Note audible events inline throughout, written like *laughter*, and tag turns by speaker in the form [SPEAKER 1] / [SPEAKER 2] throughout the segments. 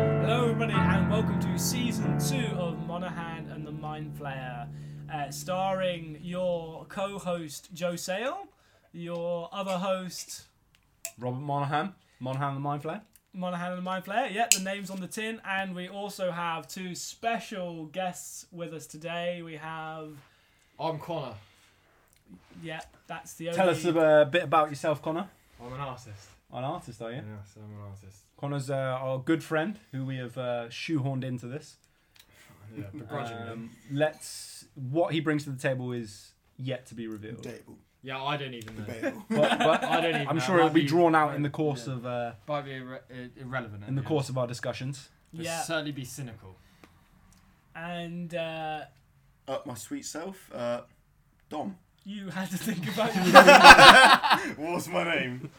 [SPEAKER 1] everybody, and welcome to season two of Monahan and the Mind Flayer, uh, starring your co host, Joe Sale, your other host,
[SPEAKER 2] Robert Monaghan, Monaghan the Mind Flayer.
[SPEAKER 1] Monahan and the Mind Flayer. Yep, the name's on the tin. And we also have two special guests with us today. We have,
[SPEAKER 3] I'm Connor.
[SPEAKER 1] yeah, that's the only.
[SPEAKER 2] Tell us a uh, bit about yourself, Connor.
[SPEAKER 3] I'm an artist.
[SPEAKER 2] An artist, are you?
[SPEAKER 3] Yes, I'm an
[SPEAKER 2] *laughs*
[SPEAKER 3] artist.
[SPEAKER 2] Connor's uh, our good friend who we have uh, shoehorned into this.
[SPEAKER 3] Yeah, begrudgingly.
[SPEAKER 2] Um, let's. What he brings to the table is yet to be revealed.
[SPEAKER 4] Debatable.
[SPEAKER 3] yeah, I don't even know.
[SPEAKER 4] Debatable.
[SPEAKER 2] *laughs* But, but
[SPEAKER 5] *laughs*
[SPEAKER 3] I don't even.
[SPEAKER 2] I'm
[SPEAKER 3] know.
[SPEAKER 2] sure it'll
[SPEAKER 3] Might
[SPEAKER 2] be drawn out in the
[SPEAKER 3] might-
[SPEAKER 2] course
[SPEAKER 3] yeah.
[SPEAKER 2] of uh,
[SPEAKER 3] Might be irre- i- irrelevant.
[SPEAKER 2] in the
[SPEAKER 3] yeah.
[SPEAKER 2] course of our discussions.
[SPEAKER 3] But
[SPEAKER 1] Yeah,
[SPEAKER 3] Certainly be cynical.
[SPEAKER 1] and uh,
[SPEAKER 4] Up my sweet self, uh, Dom.
[SPEAKER 1] you had to think
[SPEAKER 2] *laughs*
[SPEAKER 1] about your.
[SPEAKER 4] *laughs* What's my name?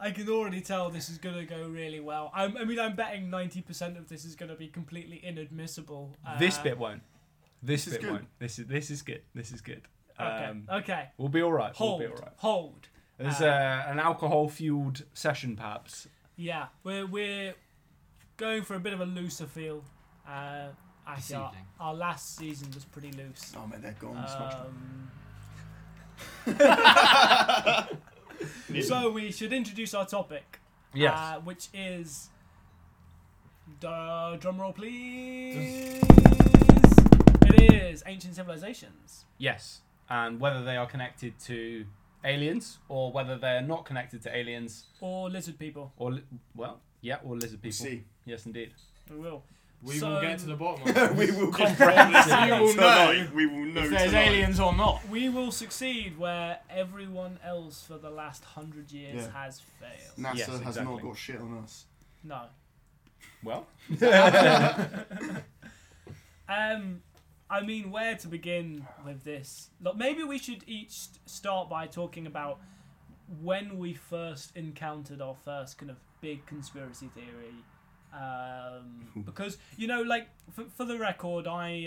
[SPEAKER 1] I can already tell this is gonna go really well. I'm, I mean, I'm betting ninety percent of this is gonna be completely inadmissible. Uh,
[SPEAKER 2] this bit won't. This,
[SPEAKER 4] this is
[SPEAKER 2] bit
[SPEAKER 4] good.
[SPEAKER 2] won't. This is this is good. This is good.
[SPEAKER 1] Okay.
[SPEAKER 2] Um,
[SPEAKER 1] okay.
[SPEAKER 2] we'll be all right.
[SPEAKER 1] Hold.
[SPEAKER 2] We'll be all right.
[SPEAKER 1] Hold.
[SPEAKER 2] There's
[SPEAKER 1] Uh,
[SPEAKER 2] uh, an alcohol fueled session, perhaps.
[SPEAKER 1] Yeah, we're we're going for a bit of a looser feel. Uh,
[SPEAKER 3] This
[SPEAKER 1] actually, our,
[SPEAKER 3] evening.
[SPEAKER 1] our last season was pretty loose.
[SPEAKER 4] Oh man, they're gone.
[SPEAKER 2] Uh,
[SPEAKER 4] Smash mouth.
[SPEAKER 1] Um, Um, *laughs* so we should introduce our topic,
[SPEAKER 2] Yes.
[SPEAKER 1] uh, which is duh, drum roll, please. It is ancient civilizations.
[SPEAKER 2] Yes, and whether they are connected to aliens or whether they're not connected to aliens
[SPEAKER 1] or lizard people.
[SPEAKER 2] or li- well, yeah, or lizard people.
[SPEAKER 4] See,
[SPEAKER 2] Yes, indeed.
[SPEAKER 1] We will.
[SPEAKER 3] We
[SPEAKER 1] So-
[SPEAKER 3] will get to the bottom
[SPEAKER 2] *laughs*
[SPEAKER 3] of it.
[SPEAKER 4] *laughs* *laughs* we will
[SPEAKER 1] *laughs*
[SPEAKER 2] Comprehensive.
[SPEAKER 4] get
[SPEAKER 3] You will
[SPEAKER 4] tonight. We will know
[SPEAKER 3] if there's
[SPEAKER 4] tonight.
[SPEAKER 3] aliens or not.
[SPEAKER 1] We will succeed where everyone else for the last hundred years
[SPEAKER 4] Yeah.
[SPEAKER 1] has failed.
[SPEAKER 4] NASA
[SPEAKER 2] Yes,
[SPEAKER 4] has
[SPEAKER 2] exactly.
[SPEAKER 4] not got shit on us.
[SPEAKER 1] No.
[SPEAKER 2] Well,
[SPEAKER 1] *laughs* Um, I mean, where to begin with this? Look, maybe we should each start by talking about when we first encountered our first kind of big conspiracy theory. Um, because you know, like for, for the record, I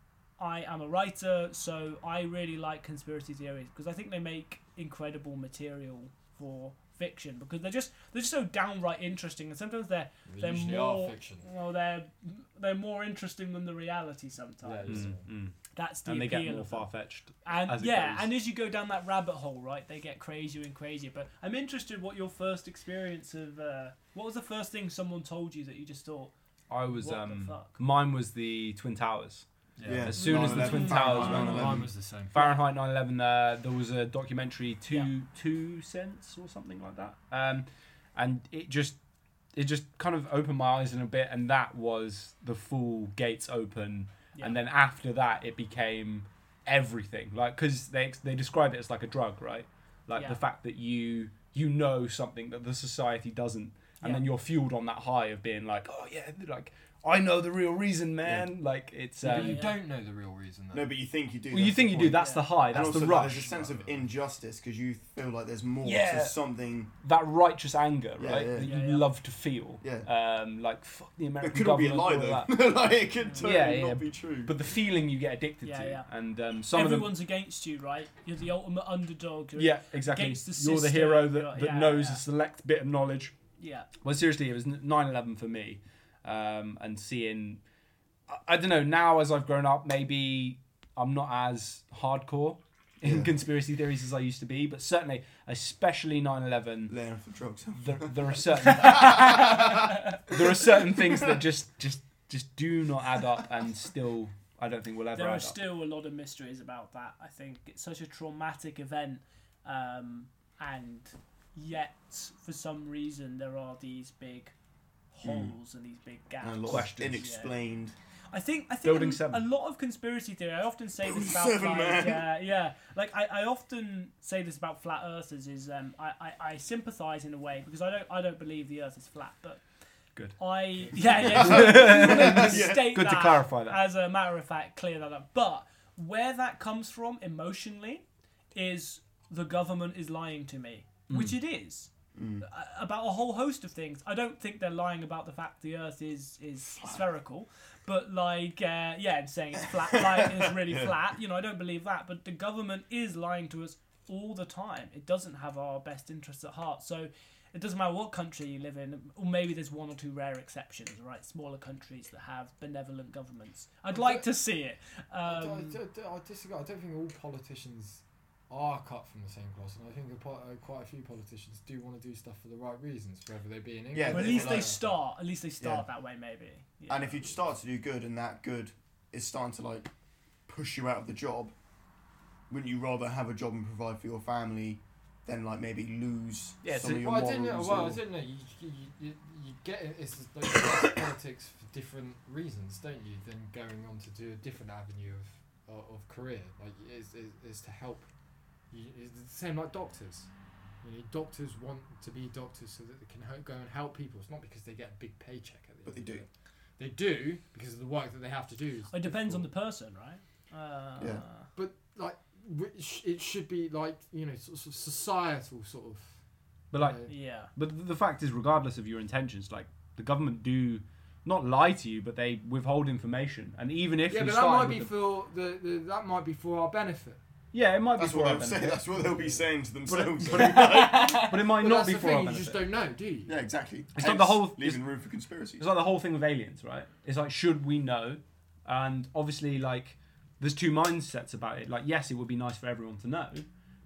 [SPEAKER 1] uh, I am a writer, so I really like conspiracy theories because I think they make incredible material for fiction because they're just they're just so downright interesting, and sometimes they're
[SPEAKER 3] They
[SPEAKER 1] they're
[SPEAKER 3] usually
[SPEAKER 1] more
[SPEAKER 3] are fiction.
[SPEAKER 1] well they're they're more interesting than the reality sometimes.
[SPEAKER 3] Yeah.
[SPEAKER 2] mm,
[SPEAKER 3] Mm.
[SPEAKER 2] mm.
[SPEAKER 1] That's the
[SPEAKER 2] and they
[SPEAKER 1] appeal.
[SPEAKER 2] get more
[SPEAKER 1] of them.
[SPEAKER 2] far fetched.
[SPEAKER 1] And
[SPEAKER 2] as it
[SPEAKER 1] yeah,
[SPEAKER 2] goes.
[SPEAKER 1] and as you go down that rabbit hole, right, they get crazier and crazier. But I'm interested what your first experience of uh, what was the first thing someone told you that you just thought,
[SPEAKER 2] I was
[SPEAKER 1] What the
[SPEAKER 2] um,
[SPEAKER 1] fuck?
[SPEAKER 2] mine was the Twin Towers.
[SPEAKER 4] Yeah.
[SPEAKER 2] As soon as the
[SPEAKER 4] 9/11,
[SPEAKER 2] Twin Towers
[SPEAKER 4] Fahrenheit
[SPEAKER 2] went
[SPEAKER 3] Mine-
[SPEAKER 4] 9/11.
[SPEAKER 3] Mine was the same.
[SPEAKER 2] Fahrenheit 9/11. Uh, there was a documentary, two
[SPEAKER 1] Yeah.
[SPEAKER 2] two cents or something like that. Um, and it just it just kind of opened my eyes in a bit, and that was the full gates open.
[SPEAKER 1] yeah,
[SPEAKER 2] and then after that it became everything like because they they describe it as like a drug right like
[SPEAKER 1] Yeah.
[SPEAKER 2] the fact that you you know something that the society doesn't
[SPEAKER 1] Yeah.
[SPEAKER 2] and then you're fueled on that high of being like oh yeah like i know the real reason man like it's
[SPEAKER 3] But
[SPEAKER 2] um,
[SPEAKER 3] you
[SPEAKER 1] Yeah.
[SPEAKER 3] don't know the real reason. Though.
[SPEAKER 4] No, but you think you do.
[SPEAKER 2] well, you
[SPEAKER 4] that's
[SPEAKER 2] think
[SPEAKER 4] the
[SPEAKER 2] you do
[SPEAKER 4] point.
[SPEAKER 2] that's
[SPEAKER 1] Yeah.
[SPEAKER 2] the high
[SPEAKER 4] And
[SPEAKER 2] that's
[SPEAKER 4] also,
[SPEAKER 2] the
[SPEAKER 4] like, there's
[SPEAKER 2] rush
[SPEAKER 4] a sense of injustice because you feel like there's more
[SPEAKER 2] Yeah.
[SPEAKER 4] to something.
[SPEAKER 2] that righteous anger
[SPEAKER 4] Yeah,
[SPEAKER 2] right
[SPEAKER 4] yeah.
[SPEAKER 2] that you
[SPEAKER 1] Yeah, yeah.
[SPEAKER 2] love to feel
[SPEAKER 4] Yeah.
[SPEAKER 2] um like fuck the american
[SPEAKER 4] It could all
[SPEAKER 2] government
[SPEAKER 4] be a lie
[SPEAKER 2] all that.
[SPEAKER 4] though. *laughs* like it could totally
[SPEAKER 2] Yeah, yeah,
[SPEAKER 4] not be true.
[SPEAKER 2] but the feeling you get addicted
[SPEAKER 1] Yeah,
[SPEAKER 2] to
[SPEAKER 1] yeah.
[SPEAKER 2] and um some of them
[SPEAKER 1] everyone's against you, right? You're the ultimate underdog. You're-
[SPEAKER 2] Yeah, exactly.
[SPEAKER 1] against the
[SPEAKER 2] You're the
[SPEAKER 1] system,
[SPEAKER 2] hero that,
[SPEAKER 1] you're like,
[SPEAKER 2] that
[SPEAKER 1] yeah,
[SPEAKER 2] knows
[SPEAKER 1] yeah.
[SPEAKER 2] a select bit of knowledge.
[SPEAKER 1] yeah,
[SPEAKER 2] Well, seriously, it was 9 11 for me. Um, and seeing, I, I don't know, now as I've grown up, maybe I'm not as hardcore in
[SPEAKER 4] Yeah.
[SPEAKER 2] conspiracy theories as I used to be, but certainly, especially 9 11.
[SPEAKER 4] Laying off the drugs.
[SPEAKER 2] There, there are *laughs* certain there are certain things that just just just do not add up and still I don't think will ever
[SPEAKER 1] there are
[SPEAKER 2] add up.
[SPEAKER 1] still a lot of mysteries about that. I think it's such a traumatic event, um, and yet for some reason there are these big
[SPEAKER 2] Hmm.
[SPEAKER 1] holes and these big gaps.
[SPEAKER 4] and a lot
[SPEAKER 2] Questions.
[SPEAKER 4] of inexplained.
[SPEAKER 1] I think I think
[SPEAKER 2] Building
[SPEAKER 1] a,
[SPEAKER 2] seven.
[SPEAKER 1] a lot of conspiracy theory. I often say this
[SPEAKER 4] Building
[SPEAKER 1] about
[SPEAKER 4] seven,
[SPEAKER 1] like, yeah,
[SPEAKER 4] man.
[SPEAKER 1] yeah. Like I, I often say this about flat earthers is um I, I, I sympathise in a way because I don't I don't believe the earth is flat, but
[SPEAKER 2] Good.
[SPEAKER 1] I *laughs* yeah
[SPEAKER 2] *laughs*
[SPEAKER 1] yeah. so-
[SPEAKER 4] Yeah.
[SPEAKER 1] state
[SPEAKER 2] Good to
[SPEAKER 1] that
[SPEAKER 2] clarify that.
[SPEAKER 1] As a matter of fact, clear that up. But where that comes from emotionally is the government is lying to me, which it is.
[SPEAKER 4] Mm.
[SPEAKER 1] A- About a whole host of things. I don't think they're lying about the fact the Earth is is spherical, but like uh, yeah, and saying it's flat, like it's really flat. You know, I don't believe that. But the government is lying to us all the time. It doesn't have our best interests at heart. So it doesn't matter what country you live in, or maybe there's one or two rare exceptions, right? Smaller countries that have benevolent governments. I'd like to see it.
[SPEAKER 5] I d- I
[SPEAKER 1] Um,
[SPEAKER 5] d- I d- I disagree. I don't think all politicians are cut from the same cloth, and I think a po- uh, quite a few politicians do want to do stuff for the right reasons, whether they be in England.
[SPEAKER 4] Yeah,
[SPEAKER 1] but
[SPEAKER 4] but
[SPEAKER 1] at
[SPEAKER 4] if
[SPEAKER 1] least
[SPEAKER 4] you
[SPEAKER 1] they
[SPEAKER 4] like-
[SPEAKER 1] start. At least they start that way, maybe. Yeah.
[SPEAKER 4] And if you start to do good and that good is starting to like push you out of the job, wouldn't you rather have a job and provide for your family than like maybe lose
[SPEAKER 2] Yeah,
[SPEAKER 4] some
[SPEAKER 2] so-
[SPEAKER 4] of your
[SPEAKER 5] Well, I
[SPEAKER 4] morals?
[SPEAKER 5] didn't know. Well, I
[SPEAKER 4] or-
[SPEAKER 5] didn't know. You, you, you, you get it. It's just like you get politics for different reasons, don't you? Than going on to do a different avenue of of, of career. Like it's, it's, it's to help. You, it's the same like doctors. You know, doctors want to be doctors so that they can help, go and help people. It's not because they get a big paycheck at the
[SPEAKER 4] But
[SPEAKER 5] end
[SPEAKER 4] they
[SPEAKER 5] of it. They do because of the work that they have to do. It's
[SPEAKER 1] it depends on the
[SPEAKER 5] difficult.
[SPEAKER 1] person, right? Uh,
[SPEAKER 4] Yeah.
[SPEAKER 5] But like, which it should be like you know, sort of societal sort of. uh,
[SPEAKER 2] But like,
[SPEAKER 5] you know,
[SPEAKER 1] Yeah.
[SPEAKER 2] but the fact is, regardless of your intentions, like the government do not lie to you, but they withhold information. And even if
[SPEAKER 5] yeah,
[SPEAKER 2] you
[SPEAKER 5] but that
[SPEAKER 2] started with
[SPEAKER 5] might be
[SPEAKER 2] the-
[SPEAKER 5] for the, the that might be for our benefit.
[SPEAKER 2] yeah, it might
[SPEAKER 4] That's
[SPEAKER 2] be for
[SPEAKER 4] what
[SPEAKER 2] our
[SPEAKER 4] they'll say.
[SPEAKER 2] benefit,
[SPEAKER 4] That's what they'll be saying to themselves.
[SPEAKER 2] but it might
[SPEAKER 5] But
[SPEAKER 2] not
[SPEAKER 5] that's
[SPEAKER 2] be
[SPEAKER 5] the
[SPEAKER 2] for
[SPEAKER 5] thing,
[SPEAKER 2] our
[SPEAKER 5] you
[SPEAKER 2] benefit.
[SPEAKER 5] just don't know, do you?
[SPEAKER 4] *laughs* yeah, exactly.
[SPEAKER 2] It's
[SPEAKER 4] Hence,
[SPEAKER 2] not the whole-
[SPEAKER 4] leaving room for conspiracies.
[SPEAKER 2] It's like the whole thing with aliens, right? It's like, should we know? And obviously, like, there's two mindsets about it. Like, yes, it would be nice for everyone to know,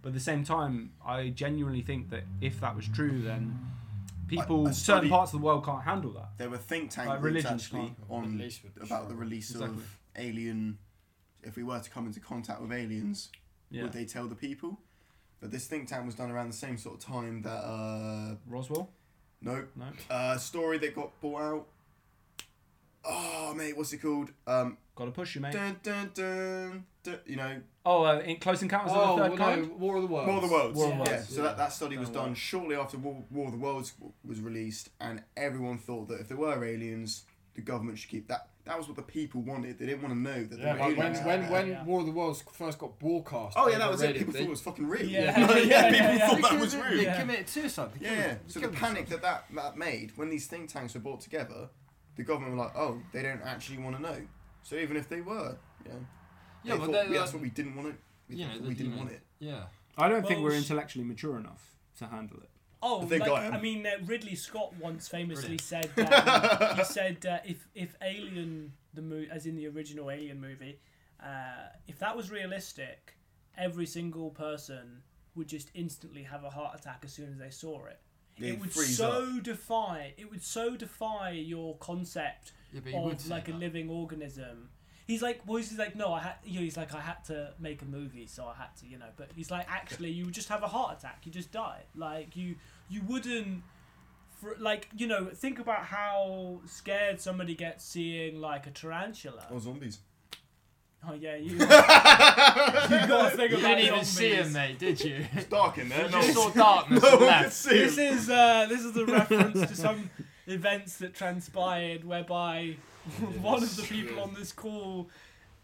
[SPEAKER 2] but at the same time, I genuinely think that if that was true, then people, certain
[SPEAKER 4] I study-
[SPEAKER 2] parts of the world can't handle that.
[SPEAKER 4] There were think tank
[SPEAKER 2] Like
[SPEAKER 4] groups
[SPEAKER 2] religions
[SPEAKER 4] actually
[SPEAKER 2] can't-
[SPEAKER 4] on
[SPEAKER 5] least would be
[SPEAKER 4] about
[SPEAKER 5] sure.
[SPEAKER 4] the release
[SPEAKER 2] Exactly.
[SPEAKER 4] of alien. If we were to come into contact with aliens,
[SPEAKER 2] Yeah.
[SPEAKER 4] would they tell the people? But this think tank was done around the same sort of time that uh,
[SPEAKER 2] Roswell?
[SPEAKER 4] no
[SPEAKER 2] No.
[SPEAKER 4] uh, story that got bought out. Oh mate, what's it called? Um,
[SPEAKER 2] Gotta push you, mate.
[SPEAKER 4] dun, dun, dun, dun, you know,
[SPEAKER 2] Oh, uh, in Close Encounters of
[SPEAKER 5] Oh,
[SPEAKER 2] the
[SPEAKER 5] well,
[SPEAKER 2] Third
[SPEAKER 5] no,
[SPEAKER 2] Kind?
[SPEAKER 5] War of the Worlds.
[SPEAKER 4] War of the Worlds.
[SPEAKER 2] War of the
[SPEAKER 4] yeah.
[SPEAKER 2] Worlds,
[SPEAKER 4] So
[SPEAKER 5] yeah.
[SPEAKER 4] that, that study was
[SPEAKER 2] Oh,
[SPEAKER 4] done
[SPEAKER 2] wow.
[SPEAKER 4] shortly after War, War of the Worlds w- was released, and everyone thought that if there were aliens, the government should keep that. That was what the people wanted. They didn't want to know that
[SPEAKER 5] Yeah,
[SPEAKER 4] there were
[SPEAKER 5] like when
[SPEAKER 4] aliens. out
[SPEAKER 5] when
[SPEAKER 4] there.
[SPEAKER 5] when
[SPEAKER 1] Yeah.
[SPEAKER 5] War of the Worlds first got broadcast.
[SPEAKER 4] Oh yeah,
[SPEAKER 5] on
[SPEAKER 4] that
[SPEAKER 5] the
[SPEAKER 4] was it.
[SPEAKER 5] radio,
[SPEAKER 4] People
[SPEAKER 5] they-
[SPEAKER 4] thought it was fucking real. *laughs*
[SPEAKER 1] Yeah.
[SPEAKER 4] Yeah,
[SPEAKER 1] Yeah,
[SPEAKER 4] people
[SPEAKER 1] yeah,
[SPEAKER 4] thought
[SPEAKER 1] yeah.
[SPEAKER 4] that was real.
[SPEAKER 1] Yeah.
[SPEAKER 4] Yeah,
[SPEAKER 1] Yeah.
[SPEAKER 5] committed suicide. They
[SPEAKER 4] yeah.
[SPEAKER 5] killed-
[SPEAKER 4] So
[SPEAKER 5] they
[SPEAKER 4] the
[SPEAKER 5] killed
[SPEAKER 4] panic
[SPEAKER 5] themselves.
[SPEAKER 4] that, that that made when these think tanks were brought together, the government were like, oh, they don't actually want to know. So even if they were, yeah,
[SPEAKER 3] Yeah, but
[SPEAKER 4] they thought,
[SPEAKER 3] they're
[SPEAKER 4] yeah, that's
[SPEAKER 3] like-
[SPEAKER 4] what we didn't want to. We,
[SPEAKER 3] You
[SPEAKER 4] thought
[SPEAKER 3] know,
[SPEAKER 4] we
[SPEAKER 3] they- you
[SPEAKER 4] didn't
[SPEAKER 3] know,
[SPEAKER 4] want it.
[SPEAKER 3] Yeah.
[SPEAKER 2] I don't
[SPEAKER 1] Well,
[SPEAKER 2] think we're
[SPEAKER 1] sh-
[SPEAKER 2] intellectually mature enough to handle it.
[SPEAKER 1] Oh,
[SPEAKER 4] I think
[SPEAKER 1] like,
[SPEAKER 4] I am.
[SPEAKER 1] I, mean, uh, Ridley Scott once famously
[SPEAKER 3] Brilliant.
[SPEAKER 1] said um, he said uh, if if Alien the mo- as in the original Alien movie, uh, if that was realistic, every single person would just instantly have a heart attack as soon as they saw it.
[SPEAKER 4] They'd
[SPEAKER 1] it would
[SPEAKER 4] freeze
[SPEAKER 1] so defy it would so defy your concept
[SPEAKER 3] Yeah, but you would
[SPEAKER 1] of
[SPEAKER 3] say
[SPEAKER 1] like a
[SPEAKER 3] that.
[SPEAKER 1] living organism. He's like, well, he's like, no, I had, you know, he's like, I had to make a movie, so I had to, you know. But he's like, actually, you would just have a heart attack, you just die. Like you, you wouldn't, for, like, you know, think about how scared somebody gets seeing like a tarantula.
[SPEAKER 4] Or *laughs* zombies.
[SPEAKER 1] Oh yeah,
[SPEAKER 3] *laughs*
[SPEAKER 1] you. you got to think
[SPEAKER 3] You
[SPEAKER 1] about
[SPEAKER 3] didn't even
[SPEAKER 1] zombies.
[SPEAKER 3] see him, mate, did you?
[SPEAKER 4] It's dark in there.
[SPEAKER 3] you
[SPEAKER 4] no
[SPEAKER 3] just saw
[SPEAKER 4] one-
[SPEAKER 3] darkness
[SPEAKER 4] no *laughs*
[SPEAKER 3] and
[SPEAKER 4] one could
[SPEAKER 3] left.
[SPEAKER 4] see
[SPEAKER 1] This
[SPEAKER 4] him.
[SPEAKER 1] is uh, this is a reference to some events that transpired whereby one of the people on this call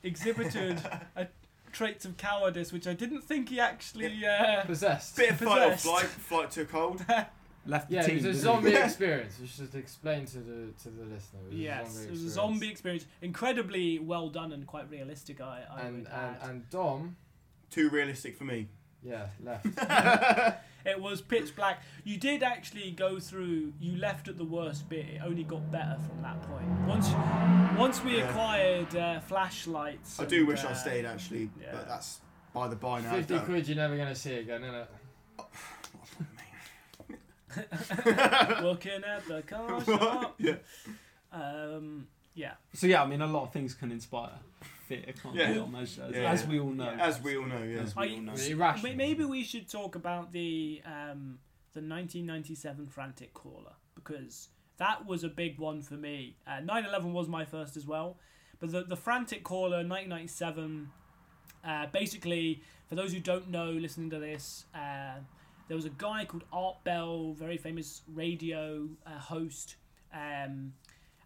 [SPEAKER 1] exhibited a traits of cowardice, which I didn't think he actually. Uh,
[SPEAKER 5] Possessed.
[SPEAKER 4] Bit of fight or
[SPEAKER 1] possessed.
[SPEAKER 4] flight. Flight took
[SPEAKER 1] *laughs*
[SPEAKER 4] hold.
[SPEAKER 2] Left the
[SPEAKER 5] Yeah,
[SPEAKER 2] team.
[SPEAKER 5] it was a
[SPEAKER 2] didn't
[SPEAKER 5] zombie
[SPEAKER 2] we?
[SPEAKER 5] experience. You should explain to the to the listener. It was a
[SPEAKER 1] yes, it was
[SPEAKER 5] zombie
[SPEAKER 1] a
[SPEAKER 5] experience.
[SPEAKER 1] zombie experience, incredibly well done and quite realistic. I, I
[SPEAKER 5] And
[SPEAKER 1] would
[SPEAKER 5] and
[SPEAKER 1] add.
[SPEAKER 5] and Dom,
[SPEAKER 4] Too realistic for me.
[SPEAKER 5] yeah, left.
[SPEAKER 1] It was pitch black. You did actually go through. You left at the worst bit. It only got better from that point. Once, once we
[SPEAKER 4] Yeah.
[SPEAKER 1] acquired uh, flashlights.
[SPEAKER 4] I do
[SPEAKER 1] and,
[SPEAKER 4] wish
[SPEAKER 1] uh,
[SPEAKER 4] I stayed actually,
[SPEAKER 1] yeah.
[SPEAKER 4] but that's by the by now.
[SPEAKER 5] Fifty
[SPEAKER 4] don't-
[SPEAKER 5] quid, you're never gonna see again, innit?
[SPEAKER 1] Looking at the car
[SPEAKER 4] *laughs* What?
[SPEAKER 1] shop.
[SPEAKER 4] yeah.
[SPEAKER 1] Um, yeah.
[SPEAKER 6] So yeah, I mean, a lot of things can inspire fear, can't
[SPEAKER 4] Yeah.
[SPEAKER 6] they? Almost, as,
[SPEAKER 4] Yeah.
[SPEAKER 6] as we all know.
[SPEAKER 4] As we all know, yeah.
[SPEAKER 6] As we
[SPEAKER 1] I-
[SPEAKER 6] all know.
[SPEAKER 5] It's irrational.
[SPEAKER 1] May- Maybe we should talk about the um, the 1997 frantic caller because that was a big one for me. Uh, 9/11 was my first as well, but the the frantic caller 1997. Uh, basically, for those who don't know, listening to this, uh, there was a guy called Art Bell, very famous radio uh, host, um,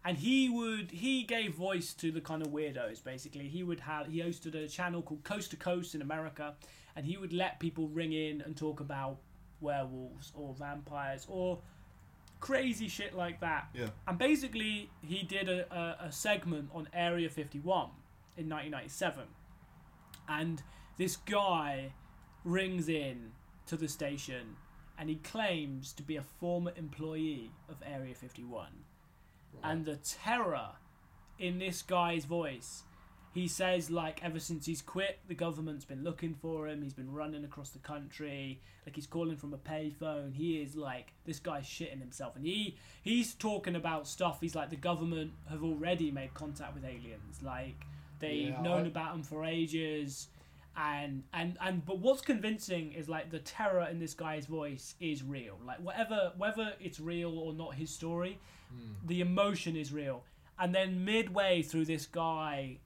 [SPEAKER 1] and he would he gave voice to the kind of weirdos. Basically, he would have he hosted a channel called Coast to Coast in America, and he would let people ring in and talk about werewolves or vampires or crazy shit like that.
[SPEAKER 4] Yeah.
[SPEAKER 1] And basically, he did a, a, a segment on Area 51 in 1997. And this guy rings in to the station and he claims to be a former employee of Area 51. And the terror in this guy's voice, he says, like, ever since he's quit, the government's been looking for him, he's been running across the country, like, he's calling from a payphone. He is like, this guy's shitting himself. And he he's talking about stuff, he's like, the government have already made contact with aliens. Like, they've
[SPEAKER 5] Yeah,
[SPEAKER 1] known
[SPEAKER 5] I-
[SPEAKER 1] about him for ages and and and but what's convincing is like the terror in this guy's voice is real like whatever whether it's real or not his story
[SPEAKER 5] Hmm.
[SPEAKER 1] the emotion is real and then midway through this guy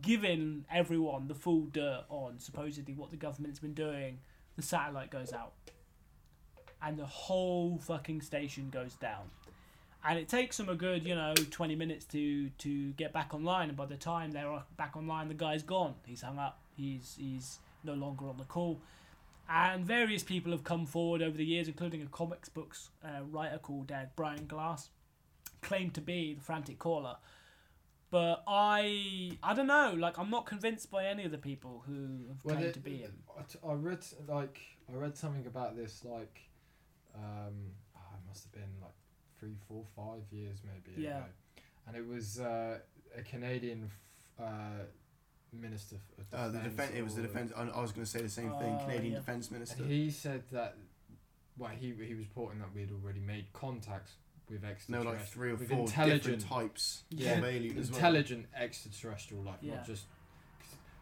[SPEAKER 1] giving everyone the full dirt on supposedly what the government's been doing the satellite goes out and the whole fucking station goes down and it takes them a good you know 20 minutes to to get back online and by the time they're o- back online the guy's gone he's hung up he's he's no longer on the call and various people have come forward over the years including a comics books uh, writer called uh, brian glass claimed to be the frantic caller but i i don't know like i'm not convinced by any of the people who have
[SPEAKER 5] Well,
[SPEAKER 1] claimed
[SPEAKER 5] the-
[SPEAKER 1] to be him
[SPEAKER 5] I t- I read like I read something about this like, um, oh, it must have been like three, four, five years maybe.
[SPEAKER 1] Yeah.
[SPEAKER 5] Ago. And it was uh, a Canadian f- uh, minister f- of
[SPEAKER 4] Uh, the defense. It was the
[SPEAKER 5] or-
[SPEAKER 4] defense. I, I was going to say the same thing.
[SPEAKER 1] Oh,
[SPEAKER 4] Canadian
[SPEAKER 1] yeah.
[SPEAKER 4] defense minister.
[SPEAKER 5] And he said that, well, he he was reporting that we'd already made contacts with
[SPEAKER 4] And there
[SPEAKER 5] extraterrestrial,
[SPEAKER 4] were like three or
[SPEAKER 5] with
[SPEAKER 4] four different
[SPEAKER 5] intelligent,
[SPEAKER 4] types
[SPEAKER 5] Yeah.
[SPEAKER 4] of alien as well.
[SPEAKER 5] intelligent extraterrestrial life,
[SPEAKER 1] Yeah.
[SPEAKER 5] not just.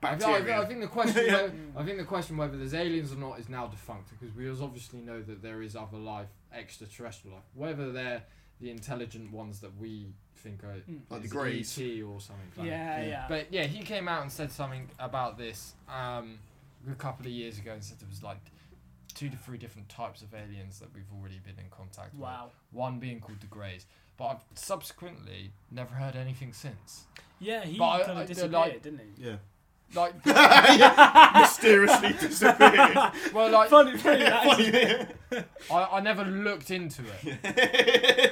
[SPEAKER 5] 'cause I, thi- I thi-
[SPEAKER 4] Bacteria.
[SPEAKER 5] I think the
[SPEAKER 4] *laughs*
[SPEAKER 5] question.
[SPEAKER 4] Yeah.
[SPEAKER 5] whether, I think the question whether there's aliens or not is now defunct because we obviously know that there is other life, extraterrestrial life. Whether they're the intelligent ones that we think are
[SPEAKER 1] Mm.
[SPEAKER 4] Like the
[SPEAKER 5] is
[SPEAKER 4] Greys.
[SPEAKER 5] ET or something. Like that.
[SPEAKER 1] yeah
[SPEAKER 4] yeah.
[SPEAKER 1] yeah
[SPEAKER 5] But yeah, he came out and said something about this um, a couple of years ago and said there was like two to three different types of aliens that we've already been in contact
[SPEAKER 1] wow
[SPEAKER 5] with. One being called the Greys. But I've subsequently never heard anything since.
[SPEAKER 1] yeah he
[SPEAKER 5] But I-
[SPEAKER 1] kind
[SPEAKER 5] I-
[SPEAKER 1] of disappeared
[SPEAKER 5] like-
[SPEAKER 1] didn't he
[SPEAKER 4] *laughs* Yeah.
[SPEAKER 1] *laughs*
[SPEAKER 5] Like,
[SPEAKER 4] Mysteriously disappeared.
[SPEAKER 5] well, like
[SPEAKER 1] funny, funny, *laughs*
[SPEAKER 5] *laughs*
[SPEAKER 1] that *laughs* is-
[SPEAKER 5] I, I never looked into it.
[SPEAKER 4] *laughs*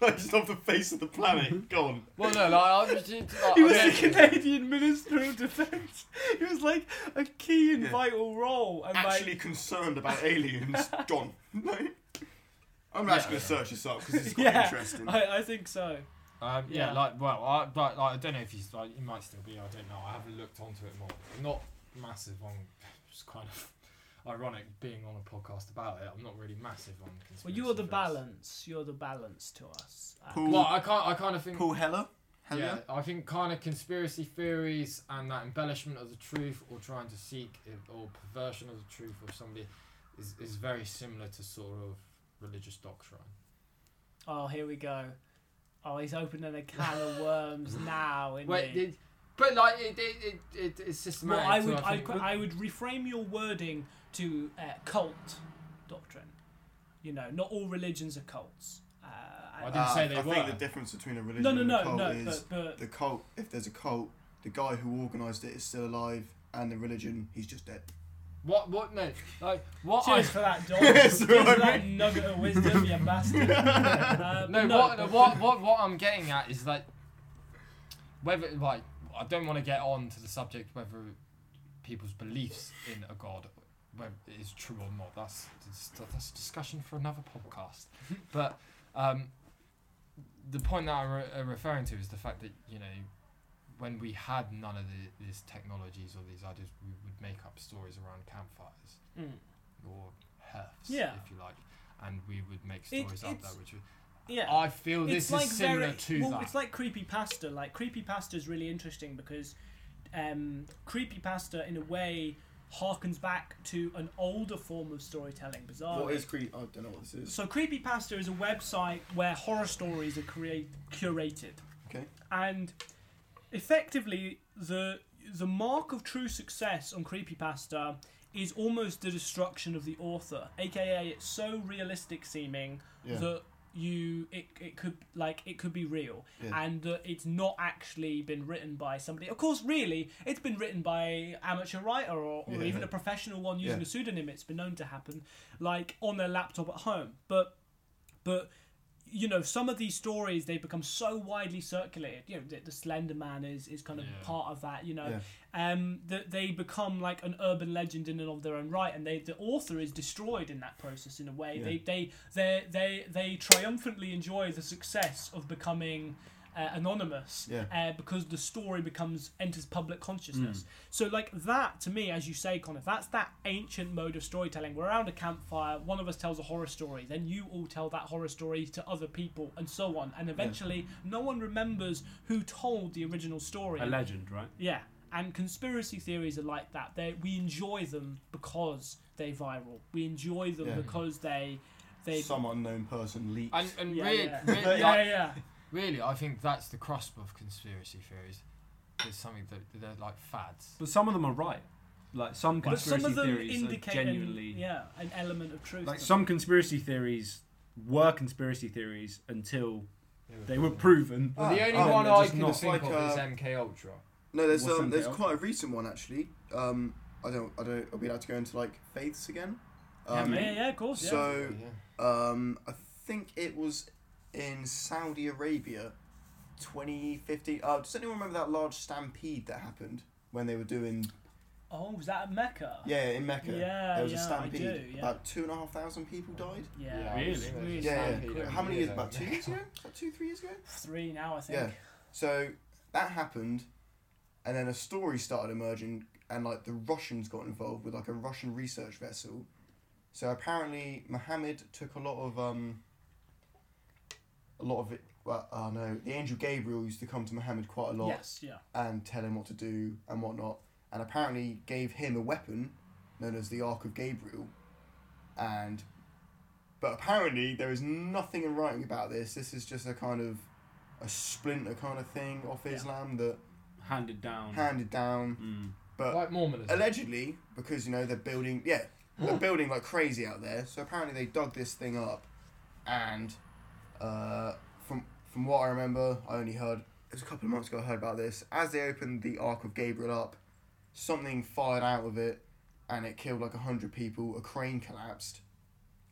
[SPEAKER 4] like just off the face of the planet, gone.
[SPEAKER 5] Well, no, like I was just like,
[SPEAKER 1] He was
[SPEAKER 5] I
[SPEAKER 1] the
[SPEAKER 5] don't-
[SPEAKER 1] Canadian Minister of Defence. He was like a key and
[SPEAKER 4] Yeah.
[SPEAKER 1] vital role. And
[SPEAKER 4] Actually
[SPEAKER 1] like,
[SPEAKER 4] concerned
[SPEAKER 1] *laughs*
[SPEAKER 4] about aliens, gone. Like, I'm
[SPEAKER 5] Yeah.
[SPEAKER 4] actually going to search this up because it's
[SPEAKER 1] *laughs*
[SPEAKER 4] quite
[SPEAKER 1] Yeah.
[SPEAKER 4] interesting.
[SPEAKER 1] I, I think so.
[SPEAKER 5] Um, yeah.
[SPEAKER 1] Yeah.
[SPEAKER 5] like well, I like, like I don't know if he's like he might still be. I don't know. I haven't looked onto it more. I'm not massive on. It's kind of ironic being on a podcast about it. I'm not really massive on.
[SPEAKER 1] Well,
[SPEAKER 5] conspiracy
[SPEAKER 1] you're the
[SPEAKER 5] theories.
[SPEAKER 1] balance. You're the balance to us. Uh,
[SPEAKER 4] Paul-
[SPEAKER 5] Well, I can't. I kind of think.
[SPEAKER 4] *laughs* Paul Heller? Heller?
[SPEAKER 5] yeah, I think kind of conspiracy theories and that embellishment of the truth or trying to seek it, or perversion of the truth of somebody is is very similar to sort of religious doctrine.
[SPEAKER 1] Oh, here we go. Oh, he's opening a can of worms now. Isn't
[SPEAKER 5] Wait,
[SPEAKER 1] he?
[SPEAKER 5] it, but like it, it, it, it it's
[SPEAKER 1] well,
[SPEAKER 5] systematic.
[SPEAKER 1] I
[SPEAKER 5] to,
[SPEAKER 1] would,
[SPEAKER 5] I
[SPEAKER 1] I,
[SPEAKER 5] think,
[SPEAKER 1] could- I would reframe your wording to uh, cult doctrine. You know, not all religions are cults. Uh,
[SPEAKER 5] I
[SPEAKER 1] and-
[SPEAKER 5] didn't
[SPEAKER 4] Uh,
[SPEAKER 5] say they
[SPEAKER 4] I
[SPEAKER 5] were.
[SPEAKER 4] think the difference between a religion
[SPEAKER 1] no, no,
[SPEAKER 4] and a
[SPEAKER 1] no,
[SPEAKER 4] cult
[SPEAKER 1] no.
[SPEAKER 4] is
[SPEAKER 1] But, but
[SPEAKER 4] the cult, if there's a cult, the guy who organised it is still alive, and the religion, he's just dead.
[SPEAKER 5] What? What? No. Like what? I,
[SPEAKER 1] Cheers for that, Don.
[SPEAKER 4] *laughs* Yes,
[SPEAKER 1] Cheers
[SPEAKER 4] right,
[SPEAKER 1] for that
[SPEAKER 4] mate.
[SPEAKER 1] nugget of wisdom,
[SPEAKER 4] *laughs*
[SPEAKER 1] you bastard. Uh,
[SPEAKER 5] no.
[SPEAKER 1] but
[SPEAKER 5] What?
[SPEAKER 1] but-
[SPEAKER 5] What? What? What I'm getting at is that whether like I don't want to get on to the subject whether people's beliefs in a god whether it is true or not. That's that's a discussion for another
[SPEAKER 1] *laughs*
[SPEAKER 5] podcast. but um, the point that I'm re- uh, referring to is the fact that you know when we had none of the, these technologies or these ideas, we would make up stories around campfires.
[SPEAKER 1] Mm.
[SPEAKER 5] or hearths,
[SPEAKER 1] Yeah.
[SPEAKER 5] if you like, and we would make
[SPEAKER 1] It-
[SPEAKER 5] stories out there.
[SPEAKER 1] it's-
[SPEAKER 5] Which would,
[SPEAKER 1] Yeah.
[SPEAKER 5] I feel this is similar to
[SPEAKER 1] well,
[SPEAKER 5] that.
[SPEAKER 1] It's like creepy pasta. Like creepy pasta is really interesting because um, creepy pasta, in a way, harkens back to an older form of storytelling. Bizarre.
[SPEAKER 4] What is creep? I don't know what this is.
[SPEAKER 1] So Creepypasta is a website where horror stories are create, curated.
[SPEAKER 4] Okay.
[SPEAKER 1] And effectively the the mark of true success on Creepypasta is almost the destruction of the author, aka it's so realistic seeming
[SPEAKER 4] Yeah.
[SPEAKER 1] that you it, it could like it could be real
[SPEAKER 4] Yeah.
[SPEAKER 1] and that it's not actually been written by somebody of course really it's been written by amateur writer or, or
[SPEAKER 4] Yeah.
[SPEAKER 1] even a professional one using
[SPEAKER 4] Yeah.
[SPEAKER 1] a pseudonym it's been known to happen like on their laptop at home but but you know, some of these stories they become so widely circulated. You know, the, the Slender Man is is kind of
[SPEAKER 3] Yeah.
[SPEAKER 1] part of that. You know,
[SPEAKER 4] Yeah.
[SPEAKER 1] um, that they become like an urban legend in and of their own right, and they the author is destroyed in that process in a way.
[SPEAKER 4] Yeah.
[SPEAKER 1] They they they they they triumphantly enjoy the success of becoming. Uh, anonymous
[SPEAKER 4] Yeah. Mm.
[SPEAKER 1] uh, because the story becomes enters public consciousness so like that to me as you say connor that's that ancient mode of storytelling we're around a campfire one of us tells a horror story then you all tell that horror story to other people and so on and eventually no one remembers who told the original story
[SPEAKER 2] A legend, right?
[SPEAKER 1] yeah, and conspiracy theories are like that. They we enjoy them because they viral. We enjoy them
[SPEAKER 4] Yeah.
[SPEAKER 1] because they they
[SPEAKER 4] Some unknown person leaks.
[SPEAKER 3] And, and
[SPEAKER 1] yeah,
[SPEAKER 3] really,
[SPEAKER 1] yeah.
[SPEAKER 3] really,
[SPEAKER 1] *laughs* yeah,
[SPEAKER 3] I-
[SPEAKER 1] yeah.
[SPEAKER 3] really, I think that's the crusp of conspiracy theories. There's something that they're like fads.
[SPEAKER 2] But some of them are right. Like some
[SPEAKER 1] But
[SPEAKER 2] conspiracy
[SPEAKER 1] some of them
[SPEAKER 2] theories
[SPEAKER 1] indicate
[SPEAKER 2] are
[SPEAKER 1] an-
[SPEAKER 2] genuinely
[SPEAKER 1] yeah an element of truth.
[SPEAKER 2] like
[SPEAKER 1] to
[SPEAKER 2] some conspiracy theories were conspiracy theories until they were
[SPEAKER 5] proven.
[SPEAKER 2] proven.
[SPEAKER 4] Ah,
[SPEAKER 5] Well, the only
[SPEAKER 4] oh,
[SPEAKER 5] one
[SPEAKER 4] they're
[SPEAKER 5] I
[SPEAKER 4] just
[SPEAKER 5] can
[SPEAKER 4] not-
[SPEAKER 5] think
[SPEAKER 4] like,
[SPEAKER 5] of is
[SPEAKER 4] uh,
[SPEAKER 5] MK Ultra.
[SPEAKER 4] No, there's
[SPEAKER 2] What's
[SPEAKER 4] um,
[SPEAKER 2] something
[SPEAKER 4] there's
[SPEAKER 2] else?
[SPEAKER 4] quite a recent one actually. Um, I don't, I don't. Are we allowed to go into like faiths again?
[SPEAKER 1] them.
[SPEAKER 4] Um,
[SPEAKER 1] yeah, yeah, yeah, of course. Yeah.
[SPEAKER 4] So um, I think it was in Saudi Arabia, 2015. Uh, does anyone remember that large stampede that happened when they were doing?
[SPEAKER 1] oh, was that at Mecca?
[SPEAKER 4] Yeah, in Mecca.
[SPEAKER 1] Yeah,
[SPEAKER 4] there was a
[SPEAKER 1] yeah, I do,
[SPEAKER 4] stampede.
[SPEAKER 1] yeah.
[SPEAKER 4] About two and a half thousand people died.
[SPEAKER 1] Yeah.
[SPEAKER 2] Really?
[SPEAKER 1] Really?
[SPEAKER 4] Yeah, yeah.
[SPEAKER 1] Stampede
[SPEAKER 4] How many years? About two years ago? About two, three years ago?
[SPEAKER 1] Three now, I think.
[SPEAKER 4] Yeah. So that happened, and then a story started emerging, and like the Russians got involved with like a Russian research vessel. So apparently, Mohammed took a lot of um. A lot of it. Well, oh no, the angel Gabriel used to come to Mohammed quite a lot
[SPEAKER 1] Yes. Yeah.
[SPEAKER 4] and tell him what to do and whatnot, and apparently gave him a weapon known as the Ark of Gabriel, and. But apparently, there is nothing in writing about this. This is just a kind of a splinter kind of thing off
[SPEAKER 1] Yeah.
[SPEAKER 4] Islam that
[SPEAKER 2] handed down.
[SPEAKER 4] handed down.
[SPEAKER 2] Mm.
[SPEAKER 4] But
[SPEAKER 5] Like Mormonism.
[SPEAKER 4] allegedly, because you know they're building, yeah, they're building like crazy out there. So apparently they dug this thing up, and uh, from from what I remember, I only heard it was a couple of months ago. I heard about this as they opened the Ark of Gabriel up, something fired out of it, and it killed like hundred people. A crane collapsed,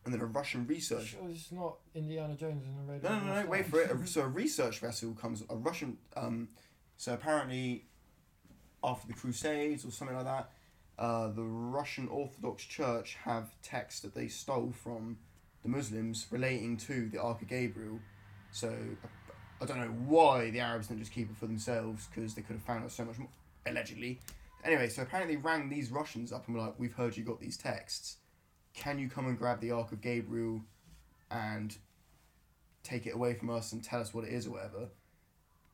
[SPEAKER 4] and then a Russian research
[SPEAKER 5] Sure, it's not Indiana Jones and the Raiders.
[SPEAKER 4] no,
[SPEAKER 5] of
[SPEAKER 4] no, no,
[SPEAKER 5] Lost
[SPEAKER 4] no wait
[SPEAKER 5] Ark.
[SPEAKER 4] for it. A- So a research vessel comes, a Russian. Um, so apparently, after the Crusades or something like that, uh, the Russian Orthodox Church have texts that they stole from the Muslims relating to the Ark of Gabriel. So I don't know why the Arabs didn't just keep it for themselves because they could have found out so much more, allegedly. Anyway, so apparently they rang these Russians up and were like, "We've heard you got these texts. Can you come and grab the Ark of Gabriel?" And take it away from us and tell us what it is or whatever.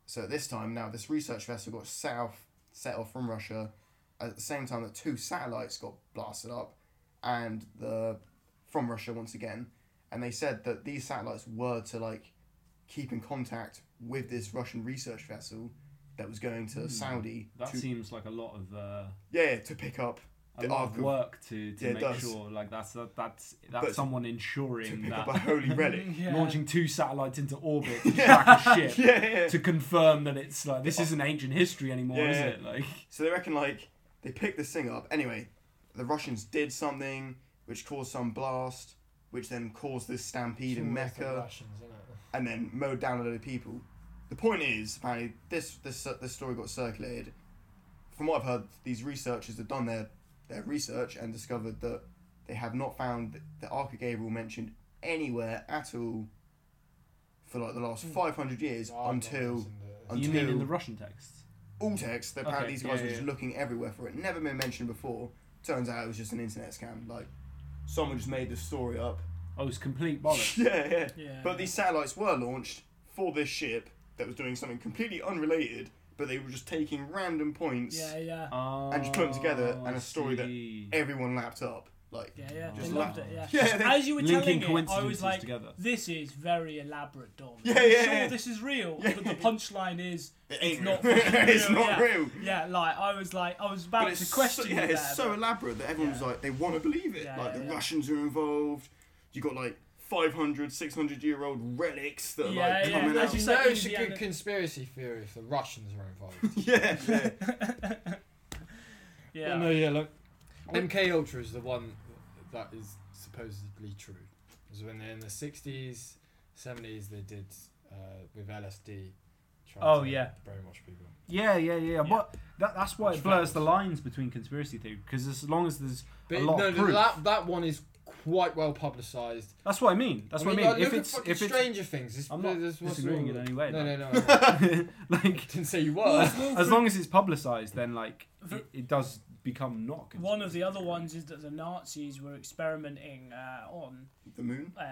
[SPEAKER 4] So at this time, now this research vessel got set off, set off from Russia at the same time that two satellites got blasted up and the from Russia once again. And they said that these satellites were to like keep in contact with this Russian research vessel that was going to Saudi
[SPEAKER 2] Hmm. That
[SPEAKER 4] to,
[SPEAKER 2] seems like a lot of uh,
[SPEAKER 4] yeah, yeah, to pick up
[SPEAKER 2] a
[SPEAKER 4] The
[SPEAKER 2] lot
[SPEAKER 4] Ark
[SPEAKER 2] of
[SPEAKER 4] of-
[SPEAKER 2] work to, to
[SPEAKER 4] Yeah, it
[SPEAKER 2] make
[SPEAKER 4] does.
[SPEAKER 2] sure like that's that, that's
[SPEAKER 4] But
[SPEAKER 2] that's someone
[SPEAKER 4] to
[SPEAKER 2] ensuring
[SPEAKER 4] pick
[SPEAKER 2] that
[SPEAKER 4] up a holy relic.
[SPEAKER 2] *laughs*
[SPEAKER 1] Yeah.
[SPEAKER 2] launching two satellites into orbit
[SPEAKER 4] *laughs*
[SPEAKER 2] to track a ship
[SPEAKER 4] yeah, yeah.
[SPEAKER 2] to confirm that it's like this isn't ancient history anymore, is
[SPEAKER 4] Yeah.
[SPEAKER 2] it? Like
[SPEAKER 4] So they reckon like they picked this thing up. Anyway, the Russians did something which caused some blast, which then caused this stampede
[SPEAKER 5] Sure,
[SPEAKER 4] in
[SPEAKER 5] it's the
[SPEAKER 4] Mecca,
[SPEAKER 5] Russians, isn't it?
[SPEAKER 4] and then mowed down a load of people. The point is, apparently, this this uh, this story got circulated. From what I've heard, these researchers have done their their research and discovered that they have not found the Ark of Gabriel mentioned anywhere at all for like the last 500 years
[SPEAKER 5] I've not
[SPEAKER 4] until
[SPEAKER 5] listened to it.
[SPEAKER 4] un-
[SPEAKER 2] you mean in
[SPEAKER 4] Until-
[SPEAKER 2] the Russian texts?
[SPEAKER 4] all text. that Apparently,
[SPEAKER 2] Okay,
[SPEAKER 4] these guys
[SPEAKER 2] yeah,
[SPEAKER 4] were just
[SPEAKER 2] yeah.
[SPEAKER 4] looking everywhere for it. Never been mentioned before. Turns out it was just an internet scam. Like someone just made this
[SPEAKER 2] *laughs*
[SPEAKER 4] story up.
[SPEAKER 2] Oh, it's complete bollocks.
[SPEAKER 4] yeah, yeah,
[SPEAKER 1] Yeah.
[SPEAKER 4] But these satellites were launched for this ship that was doing something completely unrelated, but they were just taking random points.
[SPEAKER 1] Yeah. Yeah.
[SPEAKER 2] and
[SPEAKER 4] *laughs* And just put them together
[SPEAKER 2] Ah,
[SPEAKER 4] and a story that- Everyone lapped up. Like
[SPEAKER 1] Yeah, yeah,
[SPEAKER 4] Just
[SPEAKER 1] they
[SPEAKER 4] la-
[SPEAKER 1] loved it. Yeah,
[SPEAKER 4] *laughs* Yeah, they-
[SPEAKER 1] as you were
[SPEAKER 2] linking
[SPEAKER 1] telling it, I was
[SPEAKER 2] coincidences
[SPEAKER 1] like,
[SPEAKER 2] together.
[SPEAKER 1] This is very elaborate, Dom.
[SPEAKER 4] Yeah,
[SPEAKER 1] I'm
[SPEAKER 4] yeah,
[SPEAKER 1] Sure,
[SPEAKER 4] yeah.
[SPEAKER 1] this is real,
[SPEAKER 4] Yeah.
[SPEAKER 1] but the punchline is
[SPEAKER 4] it
[SPEAKER 1] it's
[SPEAKER 4] ain't
[SPEAKER 1] not.
[SPEAKER 4] real.
[SPEAKER 1] fucking
[SPEAKER 4] *laughs* it's
[SPEAKER 1] real,
[SPEAKER 4] not
[SPEAKER 1] yeah.
[SPEAKER 4] real.
[SPEAKER 1] Yeah, like I was like, I was about
[SPEAKER 4] But
[SPEAKER 1] to
[SPEAKER 4] it's
[SPEAKER 1] question
[SPEAKER 4] so, yeah,
[SPEAKER 1] you there.
[SPEAKER 4] it's so
[SPEAKER 1] but-
[SPEAKER 4] elaborate that everyone's
[SPEAKER 1] Yeah.
[SPEAKER 4] like they want to believe it.
[SPEAKER 1] Yeah,
[SPEAKER 4] like
[SPEAKER 1] yeah,
[SPEAKER 4] the
[SPEAKER 1] yeah.
[SPEAKER 4] Russians are involved. You got like 500, 600 year old relics that are like
[SPEAKER 1] Yeah, yeah,
[SPEAKER 4] coming
[SPEAKER 1] as
[SPEAKER 4] out.
[SPEAKER 1] you
[SPEAKER 5] You
[SPEAKER 1] say,
[SPEAKER 5] know it's a
[SPEAKER 1] Indiana-
[SPEAKER 5] good conspiracy theory if the Russians are involved.
[SPEAKER 4] *laughs* yeah, yeah.
[SPEAKER 1] yeah,
[SPEAKER 5] No, yeah, look. MK Ultra is the one that is supposedly true. It was when they're in the 60s, seventies they did uh, with LSD. Trying
[SPEAKER 2] Oh,
[SPEAKER 5] to
[SPEAKER 2] yeah.
[SPEAKER 5] brainwash people.
[SPEAKER 2] Yeah, yeah, yeah. yeah. What that, that's why
[SPEAKER 5] Which
[SPEAKER 2] it blurs
[SPEAKER 5] fails.
[SPEAKER 2] the lines between conspiracy theory because as long as there's
[SPEAKER 5] But
[SPEAKER 2] a lot
[SPEAKER 5] no,
[SPEAKER 2] of
[SPEAKER 5] no,
[SPEAKER 2] proof,
[SPEAKER 5] that that one is quite well publicised.
[SPEAKER 2] that's what I mean. That's
[SPEAKER 5] I
[SPEAKER 2] what
[SPEAKER 5] mean,
[SPEAKER 2] I
[SPEAKER 5] like,
[SPEAKER 2] mean.
[SPEAKER 5] look
[SPEAKER 2] if
[SPEAKER 5] at
[SPEAKER 2] it's
[SPEAKER 5] fucking
[SPEAKER 2] if it's
[SPEAKER 5] Stranger Things, this,
[SPEAKER 2] I'm not
[SPEAKER 5] this, what's
[SPEAKER 2] disagreeing
[SPEAKER 5] wrong
[SPEAKER 2] in
[SPEAKER 5] with
[SPEAKER 2] any
[SPEAKER 5] it?
[SPEAKER 2] way,
[SPEAKER 5] No, no,
[SPEAKER 2] but-
[SPEAKER 5] no.
[SPEAKER 2] *laughs*
[SPEAKER 5] no.
[SPEAKER 2] like
[SPEAKER 5] didn't say you
[SPEAKER 2] *laughs*
[SPEAKER 5] were.
[SPEAKER 1] Wolf- Wolf-
[SPEAKER 2] as long as it's publicized, then like
[SPEAKER 1] For-
[SPEAKER 2] it, it does become not. conspiracy
[SPEAKER 1] one of the other
[SPEAKER 2] theory.
[SPEAKER 1] ones is that the Nazis were experimenting uh, on.
[SPEAKER 4] The moon.
[SPEAKER 1] Uh,